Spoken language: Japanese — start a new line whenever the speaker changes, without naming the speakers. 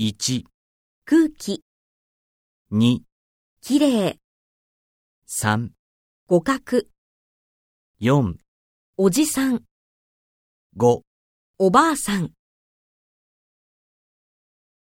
1、
空気、
2、
きれい、
3、
互角、
4、
おじさん、
5
おばあさん。